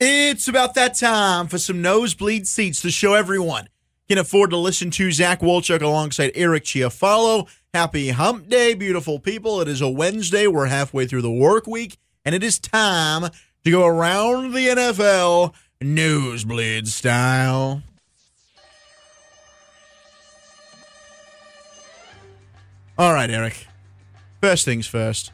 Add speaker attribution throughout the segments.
Speaker 1: It's about that time for some nosebleed seats to show everyone can afford to listen to Zach Wolchuk alongside Eric Chiafalo. Happy hump day, beautiful people. It is a Wednesday. We're halfway through the work week, and it is time to go around the NFL nosebleed style. All right, Eric. First things first.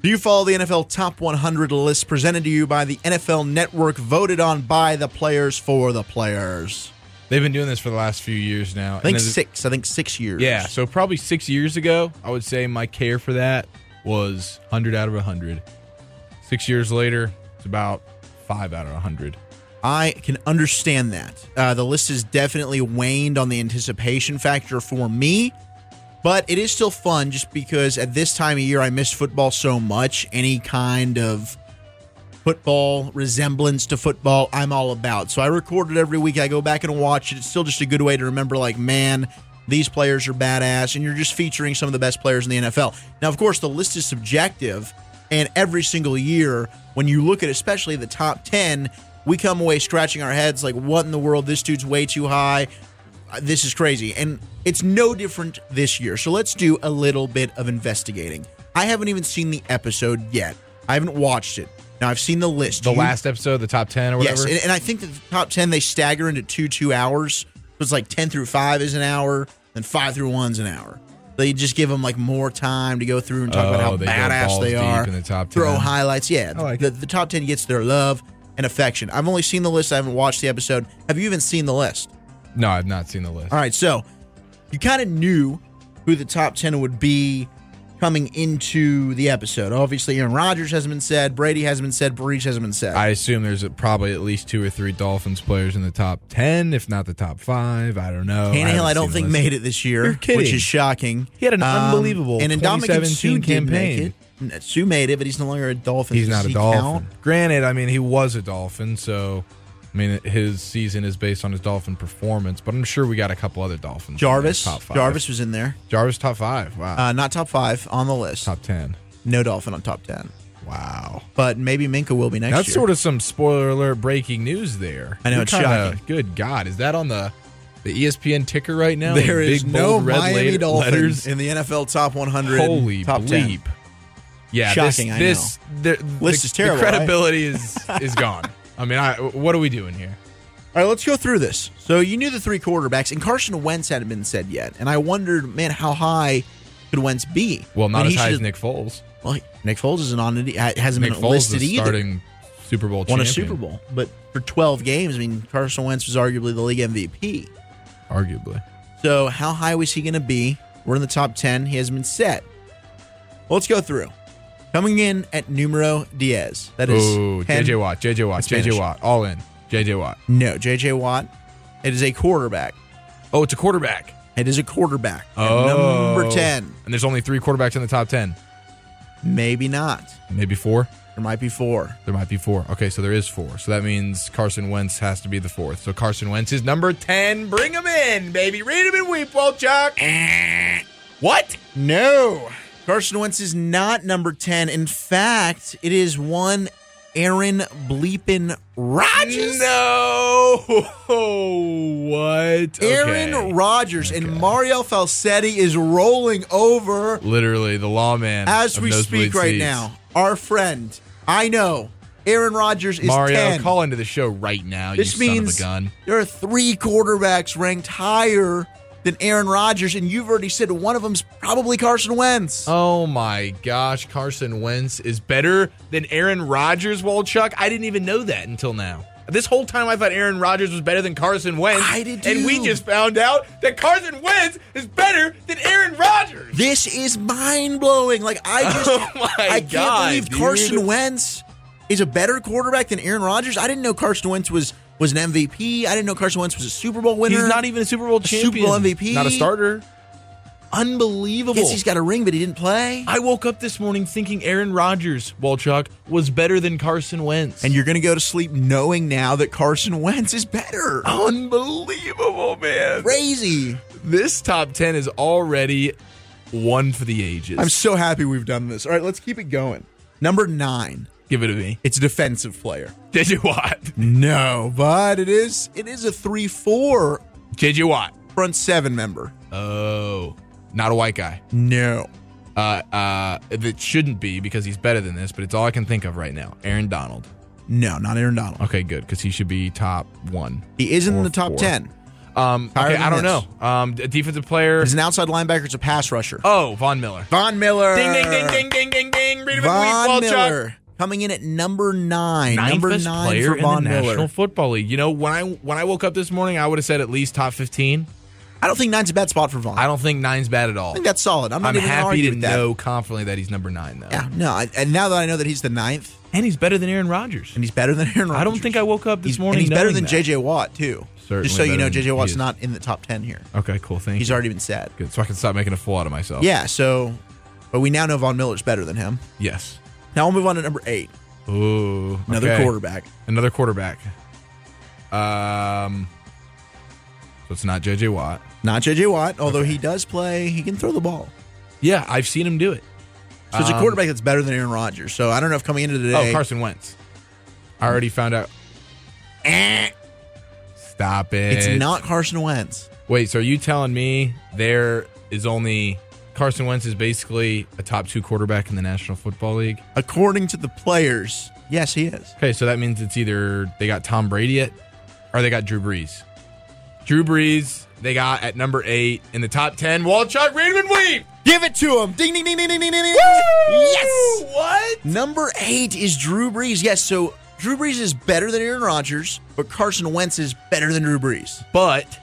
Speaker 1: Do you follow the NFL Top 100 list presented to you by the NFL Network, voted on by the players for the players?
Speaker 2: They've been doing this for the last few years now.
Speaker 1: I think
Speaker 2: And then-
Speaker 1: six. I think six years.
Speaker 2: Yeah, so probably six years ago, I would say my care for that was 100 out of 100. Six years later, it's about five out of 100.
Speaker 1: I can understand that. Uh, the list has definitely waned on the anticipation factor for me, but it is still fun just because at this time of year I miss football so much. Any kind of football resemblance to football, I'm all about. So I record it every week. I go back and watch it. It's still just a good way to remember, like, man, these players are badass, and you're just featuring some of the best players in the NFL. Now, of course, the list is subjective, and every single year, when you look at especially the top 10, we come away scratching our heads like, what in the world? This dude's way too high. Uh, This is crazy. And it's no different this year. So let's do a little bit of investigating. I haven't even seen the episode yet, I haven't watched it. Now, I've seen the list.
Speaker 2: The
Speaker 1: You-
Speaker 2: last episode, the top 10 or
Speaker 1: Yes,
Speaker 2: whatever.
Speaker 1: and, and I think that the top ten they stagger into two two hours. So it's like ten through five is an hour, then five through one's an hour. They just give them like more time to go through and talk about
Speaker 2: Oh,
Speaker 1: how
Speaker 2: they go
Speaker 1: badass
Speaker 2: balls
Speaker 1: they
Speaker 2: deep
Speaker 1: are.
Speaker 2: in the top
Speaker 1: Throw
Speaker 2: 10.
Speaker 1: highlights. Yeah,
Speaker 2: I like
Speaker 1: the, the top ten gets their love and affection. I've only seen the list. I haven't watched the episode. Have you even seen the list?
Speaker 2: no, I've not seen the list.
Speaker 1: All right, so you kind of knew who the top 10 would be coming into the episode. Obviously, Aaron Rodgers hasn't been said, Brady hasn't been said, Breach hasn't been said.
Speaker 2: I assume there's probably at least two or three Dolphins players in the top 10, if not the top five. I don't know.
Speaker 1: Tannehill,
Speaker 2: haven't
Speaker 1: I, don't
Speaker 2: seen the
Speaker 1: think
Speaker 2: list.
Speaker 1: made it this year,
Speaker 2: You're kidding.
Speaker 1: which is shocking. Um,
Speaker 2: He had an unbelievable
Speaker 1: and Indominus
Speaker 2: 2017
Speaker 1: Sue did make
Speaker 2: campaign.
Speaker 1: it. Sue made it, but he's no longer a Dolphin.
Speaker 2: He's
Speaker 1: Does
Speaker 2: not a
Speaker 1: he
Speaker 2: Dolphin.
Speaker 1: count?
Speaker 2: Granted, I mean, he was a Dolphin, so. I mean, his season is based on his Dolphin performance, but I'm sure we got a couple other Dolphins. in the
Speaker 1: Jarvis,
Speaker 2: top five.
Speaker 1: Jarvis was in there,
Speaker 2: Jarvis top five. Wow.
Speaker 1: uh, not top five on the list.
Speaker 2: top ten.
Speaker 1: No Dolphin on top ten,
Speaker 2: Wow.
Speaker 1: but maybe Minka will be next
Speaker 2: That's
Speaker 1: year.
Speaker 2: sort of some spoiler alert breaking news there.
Speaker 1: I know,
Speaker 2: You're
Speaker 1: it's
Speaker 2: kinda-
Speaker 1: shocking.
Speaker 2: Good God. Is that on the the E ESPN ticker right now?
Speaker 1: there
Speaker 2: in
Speaker 1: is
Speaker 2: big,
Speaker 1: no
Speaker 2: bold red
Speaker 1: Miami
Speaker 2: la-
Speaker 1: Dolphins
Speaker 2: letters?
Speaker 1: in the NFL top 100.
Speaker 2: Holy
Speaker 1: top 10.
Speaker 2: bleep. Yeah, this-
Speaker 1: Shocking, I
Speaker 2: this, the-
Speaker 1: List
Speaker 2: the,
Speaker 1: is terrible,
Speaker 2: The
Speaker 1: right?
Speaker 2: credibility is is gone. I mean, I, what are we doing here?
Speaker 1: All right, let's go through this. So you knew the three quarterbacks, and Carson Wentz hadn't been said yet, and I wondered, man, how high could Wentz be?
Speaker 2: Well,
Speaker 1: I
Speaker 2: not
Speaker 1: mean, he
Speaker 2: as high
Speaker 1: should-
Speaker 2: as Nick Foles.
Speaker 1: Well, Nick Foles isn't on it. e- ha- Hasn't
Speaker 2: Nick
Speaker 1: been
Speaker 2: Foles
Speaker 1: listed
Speaker 2: is
Speaker 1: either.
Speaker 2: starting Super Bowl
Speaker 1: Won
Speaker 2: champion.
Speaker 1: a Super Bowl, but for 12 games, I mean, Carson Wentz was arguably the league MVP.
Speaker 2: arguably.
Speaker 1: So how high was he going to be? We're in the top 10. He hasn't been set. Well, let's go through. Coming in at numero Diaz. That is
Speaker 2: Ooh,
Speaker 1: 10.
Speaker 2: JJ Watt, JJ Watt,
Speaker 1: It's
Speaker 2: JJ
Speaker 1: finished.
Speaker 2: Watt, all in, JJ Watt.
Speaker 1: No, JJ Watt. It is a quarterback.
Speaker 2: Oh, it's a quarterback.
Speaker 1: It is a quarterback. At
Speaker 2: Oh.
Speaker 1: Number 10.
Speaker 2: And there's only three quarterbacks in the top 10.
Speaker 1: Maybe not.
Speaker 2: Maybe four?
Speaker 1: There might be four.
Speaker 2: There might be four. Okay, so there is four. So that means Carson Wentz has to be the fourth. So Carson Wentz is number 10. Bring him in, baby. Read him and weep,
Speaker 1: Eh.
Speaker 2: Walchuk. what?
Speaker 1: No. Carson Wentz is not number 10. In fact, it is one Aaron Bleepin Rodgers.
Speaker 2: No. what?
Speaker 1: Aaron
Speaker 2: Okay.
Speaker 1: Rodgers and
Speaker 2: Okay.
Speaker 1: Mario Falsetti is rolling over
Speaker 2: Literally, the lawman.
Speaker 1: as
Speaker 2: of
Speaker 1: we
Speaker 2: nosebleed
Speaker 1: speak right
Speaker 2: seats.
Speaker 1: now. Our friend, I know, Aaron Rodgers is
Speaker 2: Mario,
Speaker 1: 10.
Speaker 2: call into the show right now,
Speaker 1: this
Speaker 2: you
Speaker 1: means
Speaker 2: son of a gun.
Speaker 1: there are three quarterbacks ranked higher than Aaron Rodgers, and you've already said one of them's probably Carson Wentz.
Speaker 2: Oh my gosh, Carson Wentz is better than Aaron Rodgers, Walchuk. I didn't even know that until now. This whole time I thought Aaron Rodgers was better than Carson Wentz.
Speaker 1: I did
Speaker 2: And we
Speaker 1: too.
Speaker 2: just found out that Carson Wentz is better than Aaron Rodgers.
Speaker 1: This is mind blowing. Like I just,
Speaker 2: Oh my
Speaker 1: I can't
Speaker 2: God,
Speaker 1: believe
Speaker 2: dude.
Speaker 1: Carson Wentz is a better quarterback than Aaron Rodgers. I didn't know Carson Wentz was was an MVP. I didn't know Carson Wentz was a Super Bowl winner.
Speaker 2: He's not even a Super Bowl champion.
Speaker 1: Super Bowl MVP.
Speaker 2: Not a starter. Unbelievable.
Speaker 1: Yes, he's got a ring, but he didn't play.
Speaker 2: I woke up this morning thinking Aaron Rodgers, Walchuk, was better than Carson Wentz.
Speaker 1: And you're going to go to sleep knowing now that Carson Wentz is better.
Speaker 2: unbelievable, man.
Speaker 1: Crazy.
Speaker 2: This top 10 is already one for the ages.
Speaker 1: I'm so happy we've done this. All right, let's keep it going. Number nine,
Speaker 2: Give it to me.
Speaker 1: It's a defensive player.
Speaker 2: JJ Watt.
Speaker 1: No, but it is it is a three four
Speaker 2: JJ Watt.
Speaker 1: front seven member.
Speaker 2: Oh, not a white guy.
Speaker 1: No.
Speaker 2: Uh, uh, that shouldn't be because he's better than this, but it's all I can think of right now. Aaron Donald.
Speaker 1: No, not Aaron Donald.
Speaker 2: Okay, good because he should be top one.
Speaker 1: He isn't in
Speaker 2: Or
Speaker 1: the top
Speaker 2: four.
Speaker 1: ten.
Speaker 2: Um,
Speaker 1: Higher
Speaker 2: okay,
Speaker 1: than
Speaker 2: I don't
Speaker 1: this.
Speaker 2: know. Um, d- defensive player.
Speaker 1: He's an outside linebacker, it's a pass rusher.
Speaker 2: Oh, Von Miller.
Speaker 1: Von Miller.
Speaker 2: Ding ding ding ding ding ding ding. Read him
Speaker 1: Von
Speaker 2: Walchuk.
Speaker 1: Miller coming in at number nine.
Speaker 2: Ninth
Speaker 1: number
Speaker 2: best
Speaker 1: nine
Speaker 2: player
Speaker 1: for Von
Speaker 2: in the National
Speaker 1: Miller.
Speaker 2: Football League. You know, when I when I woke up this morning, I would have said at least top fifteen.
Speaker 1: I don't think nine's a bad spot for Von.
Speaker 2: I
Speaker 1: I
Speaker 2: don't think nine's bad at all.
Speaker 1: think that's solid. I'm not
Speaker 2: I'm
Speaker 1: even gonna
Speaker 2: happy
Speaker 1: argue
Speaker 2: to
Speaker 1: with that.
Speaker 2: know confidently that he's number nine though,
Speaker 1: Yeah, no. I, and now that I know that he's the ninth
Speaker 2: and he's better than Aaron Rodgers.
Speaker 1: and he's better than Aaron Rodgers,
Speaker 2: I don't think I woke up this
Speaker 1: he's,
Speaker 2: morning.
Speaker 1: And he's better
Speaker 2: knowing
Speaker 1: than
Speaker 2: that.
Speaker 1: J.J. Watt too.
Speaker 2: Certainly
Speaker 1: Just so you
Speaker 2: better
Speaker 1: know,
Speaker 2: than
Speaker 1: J.J.
Speaker 2: he
Speaker 1: Watt's
Speaker 2: is.
Speaker 1: not in the top ten here.
Speaker 2: Okay, cool. Thank
Speaker 1: He's
Speaker 2: you.
Speaker 1: already been sad.
Speaker 2: Good. So I can stop making a fool out of myself.
Speaker 1: Yeah, so, but we now know Von Miller's better than him.
Speaker 2: Yes.
Speaker 1: Now we'll move on to number eight,
Speaker 2: Ooh.
Speaker 1: another
Speaker 2: okay.
Speaker 1: quarterback.
Speaker 2: Another quarterback. Um. So it's not J.J. Watt.
Speaker 1: Not J.J. Watt, although he does play, he can throw the ball.
Speaker 2: Yeah, I've seen him do it.
Speaker 1: So it's a
Speaker 2: Um,
Speaker 1: quarterback that's better than Aaron Rodgers. So I don't know if coming into today.
Speaker 2: Oh, Carson Wentz. I already found out. Eh. Stop it.
Speaker 1: It's not Carson Wentz.
Speaker 2: Wait, so are you telling me there is only Carson Wentz is basically a top two quarterback in the National Football League?
Speaker 1: According to the players, yes, he is.
Speaker 2: Okay, so that means it's either they got Tom Brady at or they got Drew Brees. Drew Brees, they got at number eight in the top ten. Walchuk, Raymond Weep.
Speaker 1: Give it to him. Ding, ding, ding, ding, ding, ding, ding. ding.
Speaker 2: Yes.
Speaker 1: Yes.
Speaker 2: What?
Speaker 1: Number eight is Drew Brees. Yes, so Drew Brees is better than Aaron Rodgers, but Carson Wentz is better than Drew Brees.
Speaker 2: But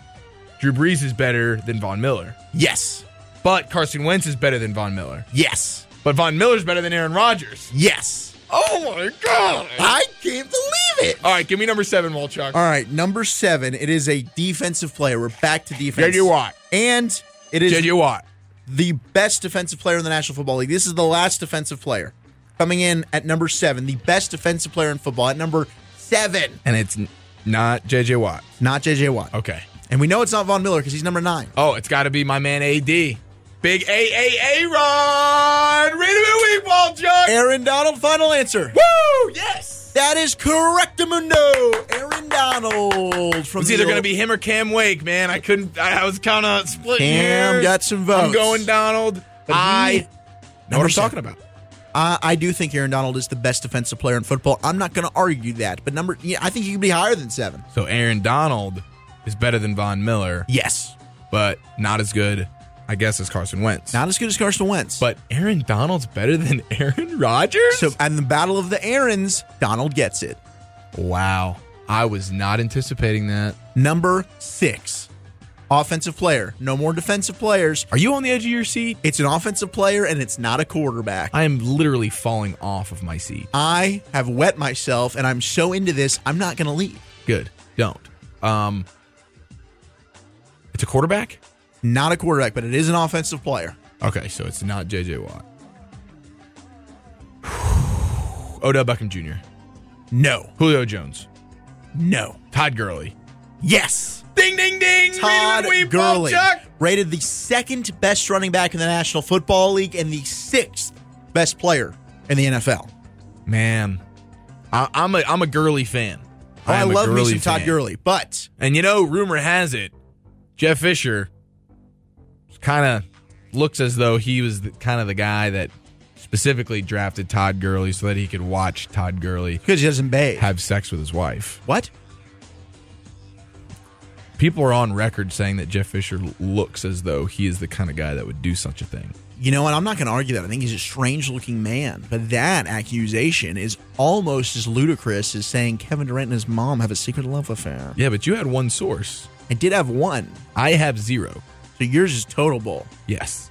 Speaker 2: Drew Brees is better than Von Miller.
Speaker 1: Yes.
Speaker 2: But Carson Wentz is better than Von Miller.
Speaker 1: Yes.
Speaker 2: But Von Miller's better than Aaron Rodgers.
Speaker 1: Yes.
Speaker 2: Oh my god!
Speaker 1: I can't believe it.
Speaker 2: All right, give me number seven, Walchuk.
Speaker 1: All right, number seven. It is a defensive player. We're back to defense.
Speaker 2: J.J. Watt.
Speaker 1: And it is
Speaker 2: J.J. Watt.
Speaker 1: the best defensive player in the National Football League. This is the last defensive player coming in at number seven, the best defensive player in football at number seven,
Speaker 2: And it's n- not J.J. Watt.
Speaker 1: not JJ Watt.
Speaker 2: Okay.
Speaker 1: And we know it's not Von Miller because he's number nine.
Speaker 2: Oh, it's got to be my man A.D. Big A.A.A. Ron. Read him in week, Walchuk.
Speaker 1: Aaron Donald, final answer.
Speaker 2: Woo! Yes!
Speaker 1: That is correct, Mundo. Aaron Donald from
Speaker 2: It's
Speaker 1: the
Speaker 2: either going to
Speaker 1: old-
Speaker 2: be him or Cam Wake, man. I couldn't. I, I was kind of splitting
Speaker 1: Cam
Speaker 2: hairs.
Speaker 1: got some votes.
Speaker 2: I'm going Donald.
Speaker 1: But he-
Speaker 2: I know what I'm talking about.
Speaker 1: I, I do think Aaron Donald is the best defensive player in football. I'm not going to argue that, but number, yeah, I think he could be higher than seven.
Speaker 2: So Aaron Donald is better than Von Miller,
Speaker 1: Yes,
Speaker 2: but not as good, I guess, as Carson Wentz.
Speaker 1: not as good as Carson Wentz.
Speaker 2: But Aaron Donald's better than Aaron Rodgers?
Speaker 1: so, and the battle of the Aarons, Donald gets it.
Speaker 2: wow. I was not anticipating that.
Speaker 1: Number six, offensive player. No more defensive players.
Speaker 2: Are you on the edge of your seat?
Speaker 1: It's an offensive player, and it's not a quarterback.
Speaker 2: I am literally falling off of my seat.
Speaker 1: I have wet myself, and I'm so into this, I'm not going to leave.
Speaker 2: Good. Don't. Um It's a quarterback?
Speaker 1: Not a quarterback, but it is an offensive player.
Speaker 2: Okay, so it's not JJ Watt. Odell Beckham Jr.
Speaker 1: No,
Speaker 2: Julio Jones.
Speaker 1: no,
Speaker 2: Todd Gurley.
Speaker 1: yes.
Speaker 2: Ding ding ding.
Speaker 1: Todd
Speaker 2: Read 'em and weep,
Speaker 1: Gurley,
Speaker 2: Chuck.
Speaker 1: rated the second best running back in the National Football League and the sixth best player in the NFL.
Speaker 2: Man. I, I'm a I'm a Gurley fan.
Speaker 1: Oh, I,
Speaker 2: am a
Speaker 1: love me
Speaker 2: Gurley
Speaker 1: some Todd
Speaker 2: fan.
Speaker 1: Gurley, but
Speaker 2: And you know, rumor has it, Jeff Fisher kind of looks as though he was the, kind of the guy that specifically drafted Todd Gurley so that he could watch Todd Gurley
Speaker 1: because he doesn't bathe.
Speaker 2: have sex with his wife.
Speaker 1: What?
Speaker 2: People are on record saying that Jeff Fisher l- looks as though he is the kind of guy that would do such a thing.
Speaker 1: You know what? I'm not going to argue that. I think he's a strange looking man, but that accusation is almost as ludicrous as saying Kevin Durant and his mom have a secret love affair.
Speaker 2: Yeah, but you had one source.
Speaker 1: I did have one,
Speaker 2: I have zero.
Speaker 1: so yours is total bull.
Speaker 2: Yes.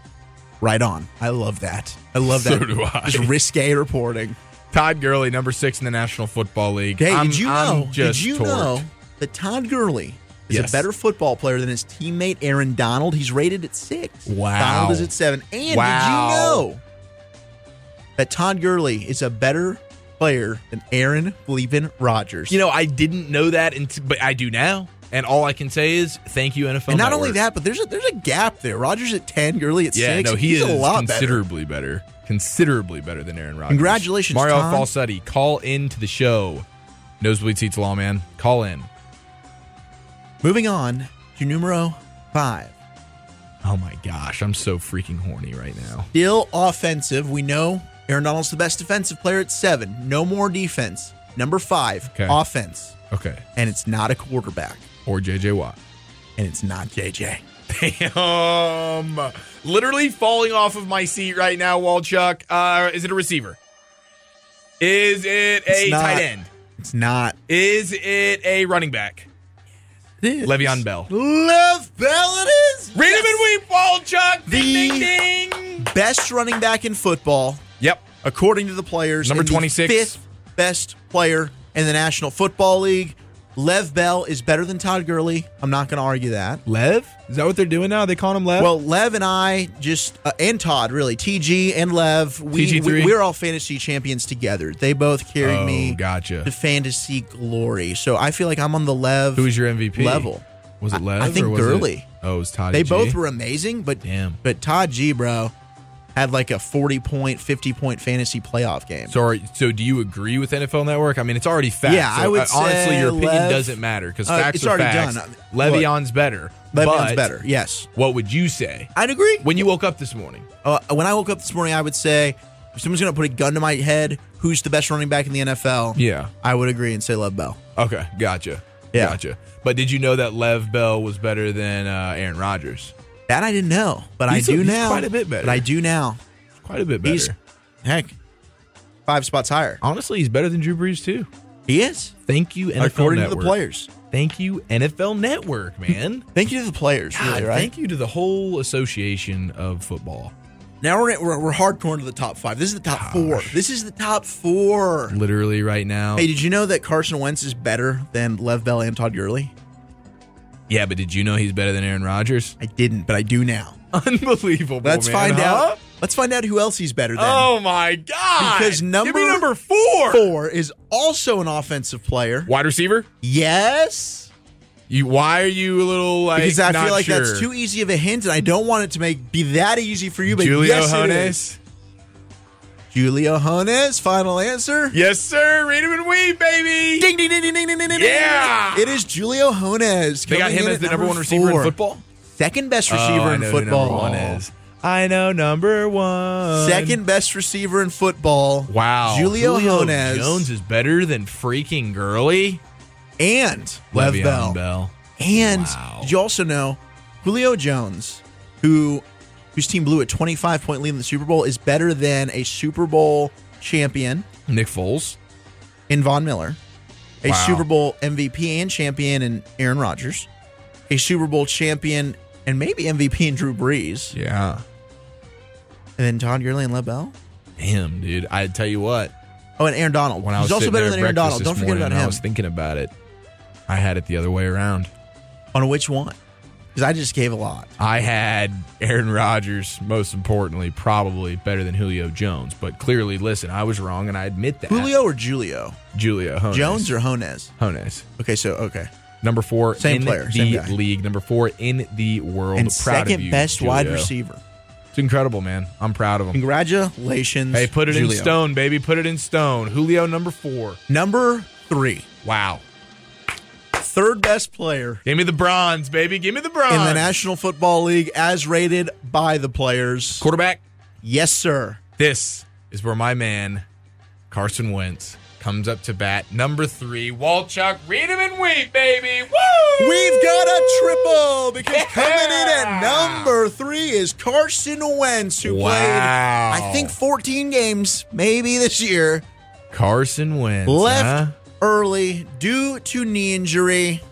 Speaker 1: Right on. I love that. I love that.
Speaker 2: So do I.
Speaker 1: Just risque reporting.
Speaker 2: Todd Gurley, number six in the National Football League.
Speaker 1: Hey,
Speaker 2: I'm-
Speaker 1: did you
Speaker 2: I'm
Speaker 1: know?
Speaker 2: just
Speaker 1: Did you
Speaker 2: torqued.
Speaker 1: know that Todd Gurley is
Speaker 2: Yes.
Speaker 1: a better football player than his teammate Aaron Donald? He's rated at six.
Speaker 2: Wow.
Speaker 1: Donald is at seven. And
Speaker 2: Wow.
Speaker 1: did you know that Todd Gurley is a better player than Aaron Bleepin Rodgers?
Speaker 2: You know, I didn't know that, until, but I do now. And all I can say is thank you, NFL.
Speaker 1: and not only
Speaker 2: Network.
Speaker 1: that, but there's a there's a gap there. Rodgers at ten, Gurley at
Speaker 2: yeah,
Speaker 1: six.
Speaker 2: no, he
Speaker 1: he's
Speaker 2: is
Speaker 1: a lot better.
Speaker 2: considerably better. considerably better than Aaron Rodgers.
Speaker 1: Congratulations,
Speaker 2: Mario
Speaker 1: Tom.
Speaker 2: Falsetti. Call in to the show. Nosebleed Seats Lawman. Call in.
Speaker 1: Moving on to numero five.
Speaker 2: Oh my gosh, I'm so freaking horny right now.
Speaker 1: Still offensive. We know Aaron Donald's the best defensive player at seven. No more defense. Number five,
Speaker 2: Okay.
Speaker 1: offense.
Speaker 2: Okay.
Speaker 1: And it's not a quarterback.
Speaker 2: Or JJ Watt.
Speaker 1: And it's not JJ.
Speaker 2: Damn. Literally falling off of my seat right now, Walchuk. Uh, is it a receiver? Is it a
Speaker 1: It's not.
Speaker 2: tight end?
Speaker 1: It's not.
Speaker 2: Is it a running back?
Speaker 1: This.
Speaker 2: Le'Veon Bell.
Speaker 1: Lev Bell it is.
Speaker 2: Read him and weep, Walchuk. Ding,
Speaker 1: The-
Speaker 2: ding, ding.
Speaker 1: Best running back in football,
Speaker 2: Yep.
Speaker 1: according to the players.
Speaker 2: Number
Speaker 1: and the
Speaker 2: 26.
Speaker 1: Fifth best player in the National Football League. Lev Bell is better than Todd Gurley. I'm not going to argue that.
Speaker 2: Lev? Is that what they're doing now? They calling him Lev?
Speaker 1: Well, Lev and I just uh, and Todd really TG and Lev we,
Speaker 2: TG3.
Speaker 1: we we're all fantasy champions together. They both carried
Speaker 2: oh,
Speaker 1: me to
Speaker 2: gotcha.
Speaker 1: fantasy glory. So I feel like I'm on the Lev
Speaker 2: Who was your MVP?
Speaker 1: level.
Speaker 2: Was it Lev?
Speaker 1: I think
Speaker 2: or was it-
Speaker 1: Gurley.
Speaker 2: oh, it was Todd.
Speaker 1: They both were amazing, but
Speaker 2: Damn.
Speaker 1: but Todd G bro had like a 40 point, 50 point fantasy playoff game.
Speaker 2: So, are, so do you agree with NFL Network? I mean, it's already facts.
Speaker 1: Yeah, I
Speaker 2: So,
Speaker 1: would
Speaker 2: uh, honestly,
Speaker 1: say
Speaker 2: your opinion
Speaker 1: Lev-
Speaker 2: doesn't matter because
Speaker 1: Uh,
Speaker 2: facts
Speaker 1: it's
Speaker 2: are
Speaker 1: already
Speaker 2: facts.
Speaker 1: done. I mean,
Speaker 2: Le'Veon's better.
Speaker 1: Le'Veon's
Speaker 2: but
Speaker 1: better. Yes.
Speaker 2: What would you say
Speaker 1: I'd agree.
Speaker 2: when you woke up this morning?
Speaker 1: Uh, when I woke up this morning, I would say if someone's going to put a gun to my head, who's the best running back in the NFL?
Speaker 2: Yeah.
Speaker 1: I would agree and say Lev Bell.
Speaker 2: Okay. Gotcha.
Speaker 1: Yeah.
Speaker 2: Gotcha. But did you know that Lev Bell was better than uh, Aaron Rodgers?
Speaker 1: That I didn't know, but
Speaker 2: He's
Speaker 1: I
Speaker 2: a-
Speaker 1: do
Speaker 2: he's
Speaker 1: now.
Speaker 2: quite a bit better.
Speaker 1: But I do now.
Speaker 2: Quite a bit better.
Speaker 1: He's heck five spots higher.
Speaker 2: honestly, he's better than Drew Brees too.
Speaker 1: He is
Speaker 2: Thank you, NFL
Speaker 1: according to
Speaker 2: Network.
Speaker 1: the players.
Speaker 2: Thank you, NFL Network, man.
Speaker 1: Thank you to the players, really,
Speaker 2: God,
Speaker 1: right?
Speaker 2: Thank you to the whole association of football.
Speaker 1: Now we're, we're we're hardcore into the top five. This is the top four. This is the top four.
Speaker 2: Literally right now.
Speaker 1: Hey, did you know that Carson Wentz is better than Lev Bell and Todd Gurley?
Speaker 2: Yeah, but did you know he's better than Aaron Rodgers?
Speaker 1: I didn't, but I do now.
Speaker 2: Unbelievable.
Speaker 1: Let's
Speaker 2: man,
Speaker 1: find
Speaker 2: huh?
Speaker 1: out. Let's find out who else he's better than.
Speaker 2: Oh my god.
Speaker 1: Because
Speaker 2: Give me
Speaker 1: number
Speaker 2: number 4.
Speaker 1: Four is also an offensive player.
Speaker 2: Wide receiver?
Speaker 1: Yes.
Speaker 2: You why are you a little like
Speaker 1: Because I
Speaker 2: not
Speaker 1: feel like
Speaker 2: sure?
Speaker 1: that's too easy of a hint, and I don't want it to make be that easy for you. But
Speaker 2: Julio
Speaker 1: yes, it is.
Speaker 2: Jones?
Speaker 1: Julio Jones, final answer.
Speaker 2: Yes, sir. Read him and weep, baby.
Speaker 1: Ding, ding, ding, ding, ding, ding, ding, ding.
Speaker 2: Yeah.
Speaker 1: It is Julio Jones.
Speaker 2: They got
Speaker 1: coming
Speaker 2: him
Speaker 1: in
Speaker 2: as
Speaker 1: at
Speaker 2: the number, one receiver
Speaker 1: four.
Speaker 2: in football.
Speaker 1: Second best receiver
Speaker 2: Oh, I
Speaker 1: in
Speaker 2: know who
Speaker 1: football.
Speaker 2: Number one is. I know number one.
Speaker 1: Second best receiver in football.
Speaker 2: Wow.
Speaker 1: Julio, Jones,
Speaker 2: Jones is better than freaking Gurley.
Speaker 1: and Lev
Speaker 2: Le'Veon
Speaker 1: Bell.
Speaker 2: Bell.
Speaker 1: And
Speaker 2: Wow.
Speaker 1: did you also know Julio Jones, who whose team blew a 25 point lead in the Super Bowl, is better than a Super Bowl champion
Speaker 2: Nick Foles.
Speaker 1: in Von Miller, a
Speaker 2: Wow.
Speaker 1: Super Bowl MVP and champion in Aaron Rodgers, a Super Bowl champion and maybe MVP in Drew Brees,
Speaker 2: Yeah.
Speaker 1: and then Todd Gurley and LeBell.
Speaker 2: Damn, dude. I tell you what.
Speaker 1: Oh, and Aaron Donald.
Speaker 2: When I was
Speaker 1: He's also
Speaker 2: sitting
Speaker 1: better
Speaker 2: there
Speaker 1: than
Speaker 2: at
Speaker 1: Aaron
Speaker 2: breakfast
Speaker 1: Donald.
Speaker 2: this
Speaker 1: Don't forget
Speaker 2: morning
Speaker 1: about
Speaker 2: and I
Speaker 1: him.
Speaker 2: was thinking about it. I had it the other way around.
Speaker 1: On which one? Because I just gave a lot.
Speaker 2: I had Aaron Rodgers, most importantly, probably better than Julio Jones. But clearly, listen, I was wrong, and I admit that.
Speaker 1: Julio or Julio?
Speaker 2: Julio Jones.
Speaker 1: Jones or Jones?
Speaker 2: Jones.
Speaker 1: Okay, so okay.
Speaker 2: Number four
Speaker 1: Same
Speaker 2: in
Speaker 1: player,
Speaker 2: the
Speaker 1: same guy.
Speaker 2: league. Number four in the world.
Speaker 1: and
Speaker 2: proud
Speaker 1: second
Speaker 2: of you,
Speaker 1: best wide
Speaker 2: Julio.
Speaker 1: receiver.
Speaker 2: It's incredible, man. I'm proud of him.
Speaker 1: Congratulations.
Speaker 2: Hey, put it
Speaker 1: Julio.
Speaker 2: in stone, baby. Put it in stone. Julio, number four.
Speaker 1: Number three,
Speaker 2: Wow.
Speaker 1: third best player
Speaker 2: Give me the bronze, baby. Give me the bronze.
Speaker 1: in the National Football League as rated by the players.
Speaker 2: Quarterback.
Speaker 1: Yes, sir.
Speaker 2: This is where my man, Carson Wentz, comes up to bat. Number three, Walchuk. Read him and weep, baby. Woo!
Speaker 1: We've got a triple because
Speaker 2: Yeah.
Speaker 1: coming in at number three is Carson Wentz, who
Speaker 2: Wow.
Speaker 1: played, I think, 14 games maybe this year.
Speaker 2: Carson Wentz.
Speaker 1: Left
Speaker 2: huh?
Speaker 1: early due to knee injury.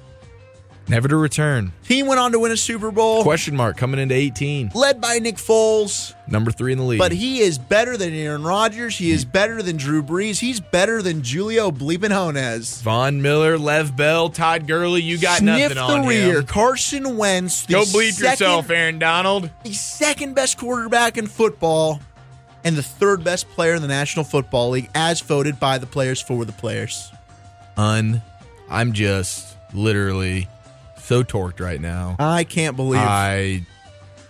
Speaker 2: Never to return.
Speaker 1: Team went on to win a Super Bowl,
Speaker 2: Question mark coming into 18.
Speaker 1: led by Nick Foles.
Speaker 2: Number three in the league.
Speaker 1: But he is better than Aaron Rodgers. He is better than Drew Brees. He's better than Julio Bleepin Jones.
Speaker 2: Von Miller, Lev Bell, Todd Gurley, you got
Speaker 1: Sniff
Speaker 2: nothing
Speaker 1: the
Speaker 2: on
Speaker 1: rear.
Speaker 2: him.
Speaker 1: Carson Wentz. The
Speaker 2: Go bleep
Speaker 1: second,
Speaker 2: yourself, Aaron Donald.
Speaker 1: The second best quarterback in football and the third best player in the National Football League as voted by the players for the players.
Speaker 2: Un, I'm just literally so torqued right now.
Speaker 1: I can't believe.
Speaker 2: I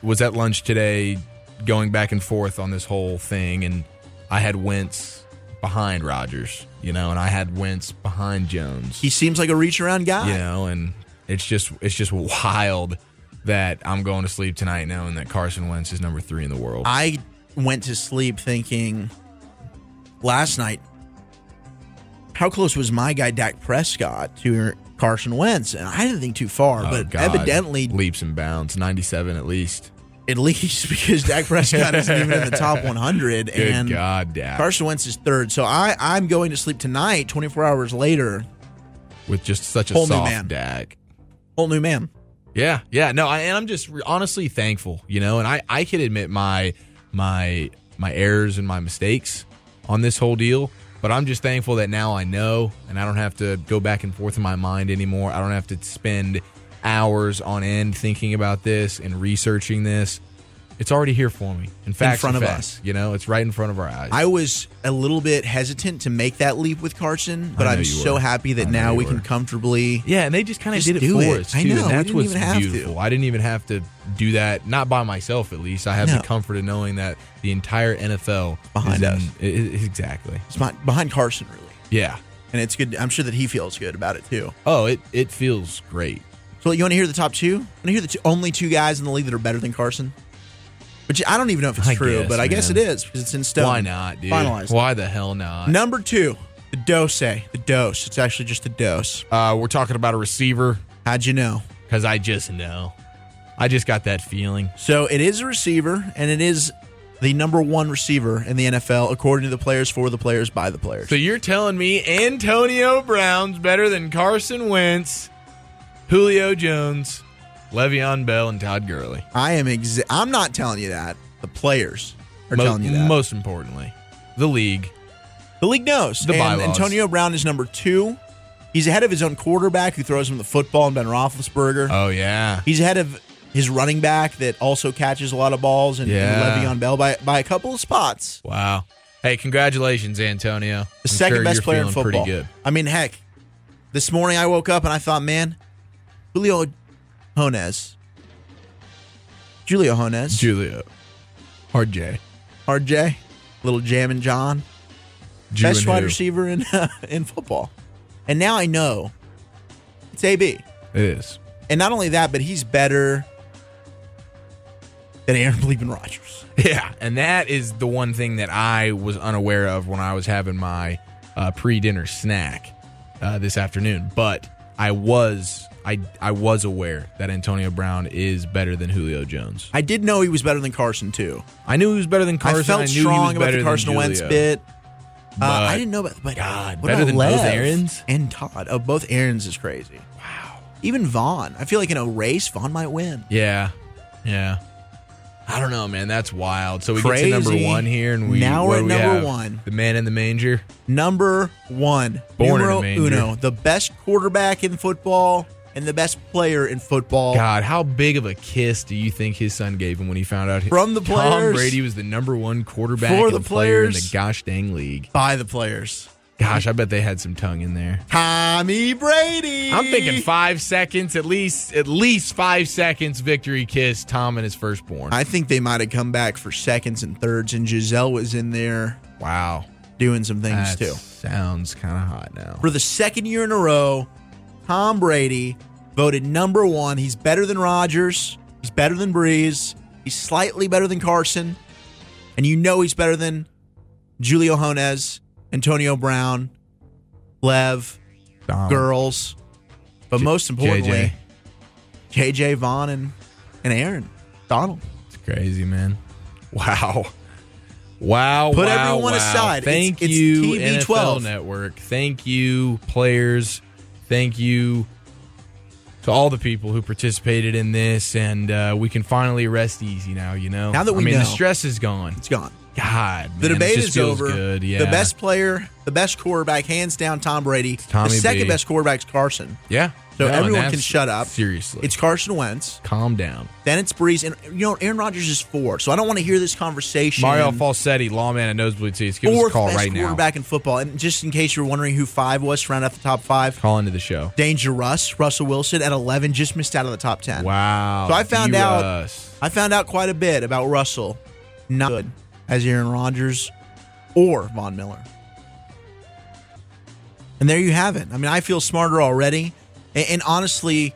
Speaker 2: was at lunch today going back and forth on this whole thing, and I had Wentz behind Rogers, you know, and I had Wentz behind Jones,
Speaker 1: He seems like a reach around guy.
Speaker 2: you know, and it's just it's just wild that I'm going to sleep tonight knowing that Carson Wentz is number three in the world.
Speaker 1: I went to sleep thinking last night, how close was my guy Dak Prescott to Carson Wentz? And I didn't think too far,
Speaker 2: Oh,
Speaker 1: but
Speaker 2: God.
Speaker 1: evidently
Speaker 2: leaps and bounds, 97 at least.
Speaker 1: at least because Dak Prescott isn't even in the top 100,
Speaker 2: Good
Speaker 1: and
Speaker 2: God, Dak,
Speaker 1: Carson Wentz is third. So I I'm going to sleep tonight, 24 hours later,
Speaker 2: with just such a
Speaker 1: Whole new
Speaker 2: soft
Speaker 1: man.
Speaker 2: Dak.
Speaker 1: whole new man.
Speaker 2: Yeah, yeah. No, I, and I'm just re- honestly thankful, you know. And I, I can admit my my my errors and my mistakes on this whole deal, but I'm just thankful that now I know, and I don't have to go back and forth in my mind anymore. I don't have to spend hours on end thinking about this and researching this. It's already here for me. In fact,
Speaker 1: front of
Speaker 2: facts,
Speaker 1: us.
Speaker 2: you know, it's right in front of our eyes.
Speaker 1: I was a little bit hesitant to make that leap with Carson, but
Speaker 2: I know
Speaker 1: I'm
Speaker 2: you
Speaker 1: so
Speaker 2: were.
Speaker 1: happy that
Speaker 2: I know
Speaker 1: now
Speaker 2: you
Speaker 1: we
Speaker 2: were.
Speaker 1: can comfortably
Speaker 2: Yeah, and they just kind of
Speaker 1: Just
Speaker 2: did it
Speaker 1: do
Speaker 2: for
Speaker 1: it.
Speaker 2: us too.
Speaker 1: I know,
Speaker 2: and
Speaker 1: we
Speaker 2: that's
Speaker 1: didn't
Speaker 2: what's
Speaker 1: even have to.
Speaker 2: beautiful. I didn't even have to do that, not by myself at least. I have
Speaker 1: No.
Speaker 2: the comfort of knowing that the entire NFL
Speaker 1: Behind
Speaker 2: is in-
Speaker 1: us.
Speaker 2: i- i- exactly.
Speaker 1: it's not- behind Carson really,
Speaker 2: Yeah.
Speaker 1: and it's good. I'm sure that he feels good about it too.
Speaker 2: Oh, it it feels great.
Speaker 1: So you want to hear the top two? Want to hear the two, only two guys in the league that are better than Carson? Which I don't even know if it's
Speaker 2: I
Speaker 1: true,
Speaker 2: guess,
Speaker 1: but I guess it
Speaker 2: man.
Speaker 1: is because it's in stone.
Speaker 2: Why not, dude?
Speaker 1: Finalized.
Speaker 2: Why the hell not?
Speaker 1: Number two, the dose. eh? The dose. It's actually just the dose.
Speaker 2: Uh, we're talking about a receiver
Speaker 1: How'd you know?
Speaker 2: because I just know. I just got that feeling.
Speaker 1: So it is a receiver, and it is the number one receiver in the NFL according to the players, for the players, by the players.
Speaker 2: So you're telling me Antonio Brown's better than Carson Wentz, Julio Jones, Le'Veon Bell, and Todd Gurley.
Speaker 1: I am. Exa- I'm not telling you that. The players are
Speaker 2: Mo-
Speaker 1: telling you that.
Speaker 2: Most importantly, the league.
Speaker 1: the league knows.
Speaker 2: The
Speaker 1: and
Speaker 2: bylaws.
Speaker 1: Antonio Brown is number two. He's ahead of his own quarterback, who throws him the football, and Ben Roethlisberger.
Speaker 2: Oh yeah,
Speaker 1: He's ahead of his running back that also catches a lot of balls and,
Speaker 2: Yeah.
Speaker 1: and Le'Veon Bell by, by a couple of spots.
Speaker 2: wow. Hey, congratulations, Antonio.
Speaker 1: The second best player in football.
Speaker 2: Pretty good.
Speaker 1: I mean, heck, this morning I woke up and I thought, man, Julio Jones, Julio Jones,
Speaker 2: Julio, hard J,
Speaker 1: RJ, little Jam and John,
Speaker 2: Jew
Speaker 1: best
Speaker 2: and
Speaker 1: wide
Speaker 2: who?
Speaker 1: receiver in in football, and now I know it's AB.
Speaker 2: It is.
Speaker 1: And not only that, but he's better than Aaron Bleeping Rodgers.
Speaker 2: Yeah, and that is the one thing that I was unaware of when I was having my uh, pre-dinner snack uh, this afternoon. But I was, I, I was aware that Antonio Brown is better than Julio Jones.
Speaker 1: I did know he was better than Carson too.
Speaker 2: I knew he was better than Carson.
Speaker 1: I felt
Speaker 2: knew he was
Speaker 1: strong about
Speaker 2: better
Speaker 1: the
Speaker 2: than
Speaker 1: Carson Wentz
Speaker 2: Julio.
Speaker 1: bit. Uh,
Speaker 2: But-
Speaker 1: I didn't know about, but
Speaker 2: God,
Speaker 1: what
Speaker 2: better
Speaker 1: about
Speaker 2: than both
Speaker 1: Lev
Speaker 2: Aarons?
Speaker 1: and Todd. Oh, both Aaron's is crazy.
Speaker 2: Wow.
Speaker 1: Even Vaughn. I feel like in a race, Vaughn might win.
Speaker 2: Yeah. Yeah. I don't know, man. That's wild. So we
Speaker 1: Crazy.
Speaker 2: get to number one here, and we
Speaker 1: Now
Speaker 2: what
Speaker 1: we're at
Speaker 2: do we
Speaker 1: number
Speaker 2: have?
Speaker 1: one.
Speaker 2: The man in the manger.
Speaker 1: Number one,
Speaker 2: Born in
Speaker 1: numero
Speaker 2: a manger.
Speaker 1: uno, the best quarterback in football and the best player in football.
Speaker 2: God, how big of a kiss do you think his son gave him when he found out
Speaker 1: From the
Speaker 2: Tom
Speaker 1: players.
Speaker 2: Brady was the number one quarterback
Speaker 1: For
Speaker 2: and
Speaker 1: the
Speaker 2: player in the
Speaker 1: players.
Speaker 2: gosh dang league?
Speaker 1: By the players,
Speaker 2: Gosh, I bet they had some tongue in there.
Speaker 1: Tommy Brady.
Speaker 2: I'm thinking five seconds, at least, at least five seconds. Victory kiss, Tom and his firstborn.
Speaker 1: I think they might have come back for seconds and thirds, and Giselle was in there
Speaker 2: wow,
Speaker 1: doing some things
Speaker 2: that
Speaker 1: too.
Speaker 2: sounds kind of hot now.
Speaker 1: For the second year in a row, Tom Brady voted number one. He's better than Rodgers. He's better than Breeze. He's slightly better than Carson. And you know he's better than Julio Jones, Antonio Brown, Lev,
Speaker 2: Tom.
Speaker 1: Girls. But most importantly, JJ, Vaughn and, and Aaron Donald.
Speaker 2: It's crazy, man. Wow. Wow.
Speaker 1: Put
Speaker 2: wow,
Speaker 1: everyone
Speaker 2: wow.
Speaker 1: aside. It's-
Speaker 2: Thank
Speaker 1: it's
Speaker 2: you,
Speaker 1: TV12.
Speaker 2: NFL Network. Thank you, players. Thank you to all the people who participated in this. And uh, we can finally rest easy now, you know?
Speaker 1: Now that we
Speaker 2: I mean,
Speaker 1: know.
Speaker 2: the stress is gone.
Speaker 1: It's gone.
Speaker 2: God.
Speaker 1: The
Speaker 2: man, it
Speaker 1: debate
Speaker 2: just
Speaker 1: is
Speaker 2: feels
Speaker 1: over.
Speaker 2: Good. Yeah.
Speaker 1: The best player, the best quarterback, hands down, Tom Brady.
Speaker 2: Tommy
Speaker 1: the second
Speaker 2: B.
Speaker 1: best quarterback's Carson.
Speaker 2: Yeah.
Speaker 1: So
Speaker 2: No, and
Speaker 1: everyone can
Speaker 2: that's-
Speaker 1: shut up.
Speaker 2: Seriously.
Speaker 1: It's Carson Wentz.
Speaker 2: calm down.
Speaker 1: Then it's Breeze, and you know Aaron Rodgers is four. So I don't want to hear this conversation.
Speaker 2: Mario Falsetti, lawman and nosebleed seats. Give us a
Speaker 1: fourth
Speaker 2: call
Speaker 1: best
Speaker 2: right now.
Speaker 1: quarterback in football. And just in case you're wondering who five was, to round out the top five.
Speaker 2: Call into the show.
Speaker 1: Danger Russ, Russell Wilson at eleven, just missed out of the top ten.
Speaker 2: Wow. uh,
Speaker 1: So I found out-
Speaker 2: D-Russ.
Speaker 1: I found out quite a bit about Russell not good as Aaron Rodgers or Von Miller. And there you have it. I mean, I feel smarter already. And, and honestly,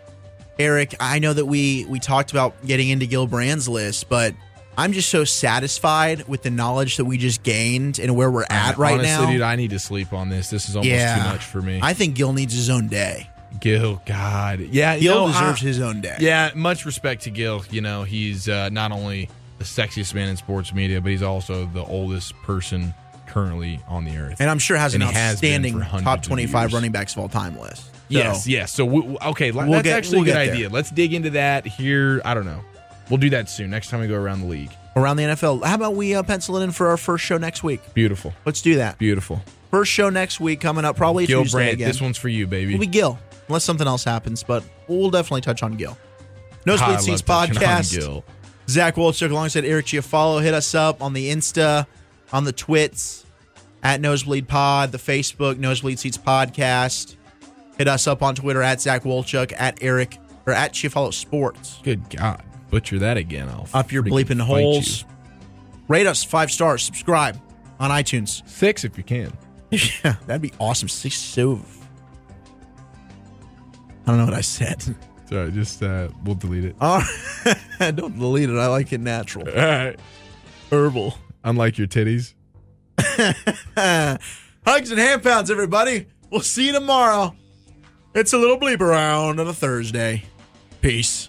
Speaker 1: Eric, I know that we we talked about getting into Gil Brand's list, but I'm just so satisfied with the knowledge that we just gained and where we're at right
Speaker 2: Honestly,
Speaker 1: now.
Speaker 2: dude, I need to sleep on this. This is almost
Speaker 1: Yeah.
Speaker 2: too much for me.
Speaker 1: I think Gil needs his own day.
Speaker 2: Gil, God, yeah, you
Speaker 1: Gil
Speaker 2: know,
Speaker 1: deserves
Speaker 2: I-
Speaker 1: his own day.
Speaker 2: Yeah, much respect to Gil. You know, he's uh, not only the sexiest man in sports media, but he's also the oldest person currently on the earth.
Speaker 1: And I'm sure has an
Speaker 2: And he has been
Speaker 1: outstanding
Speaker 2: for hundreds
Speaker 1: top
Speaker 2: of
Speaker 1: 25
Speaker 2: years.
Speaker 1: running backs of all time list. So,
Speaker 2: yes, yes. So we, we- okay, li-
Speaker 1: We'll
Speaker 2: that's
Speaker 1: get-
Speaker 2: actually
Speaker 1: we'll
Speaker 2: a good
Speaker 1: get there.
Speaker 2: idea. Let's dig into that here. I don't know. We'll do that soon. Next time we go around the league.
Speaker 1: Around the NFL. How about we uh, pencil it in for our first show next week?
Speaker 2: Beautiful,
Speaker 1: Let's do that.
Speaker 2: beautiful.
Speaker 1: First show next week coming up, probably
Speaker 2: Gil
Speaker 1: Tuesday
Speaker 2: Brandt,
Speaker 1: again.
Speaker 2: this one's for you, baby.
Speaker 1: It'll be Gil, unless something else happens, but we'll definitely touch on Gil. No
Speaker 2: God, I
Speaker 1: Split
Speaker 2: love
Speaker 1: Seats
Speaker 2: touching on
Speaker 1: podcast.
Speaker 2: Gil.
Speaker 1: Zach Wolchuk alongside Eric Chiafalo. Hit us up on the Insta, on the Twits, at Nosebleed Pod, the Facebook, Nosebleed Seats Podcast. Hit us up on Twitter at Zach Wolchuk, at Eric, or at Chiafalo Sports.
Speaker 2: Good God, butcher that again. I'll
Speaker 1: Up your
Speaker 2: freaking
Speaker 1: bleeping
Speaker 2: fight
Speaker 1: holes.
Speaker 2: you.
Speaker 1: Rate us five stars. Subscribe on iTunes.
Speaker 2: Six if you can.
Speaker 1: Yeah, that'd be awesome. Six so. I don't know what I said.
Speaker 2: Sorry, just uh, we'll delete it.
Speaker 1: All right. Don't delete it. I like it natural.
Speaker 2: All right.
Speaker 1: Herbal.
Speaker 2: Unlike your titties.
Speaker 1: Hugs and hand pounds, everybody. We'll see you tomorrow. It's a little bleep around on a Thursday. Peace.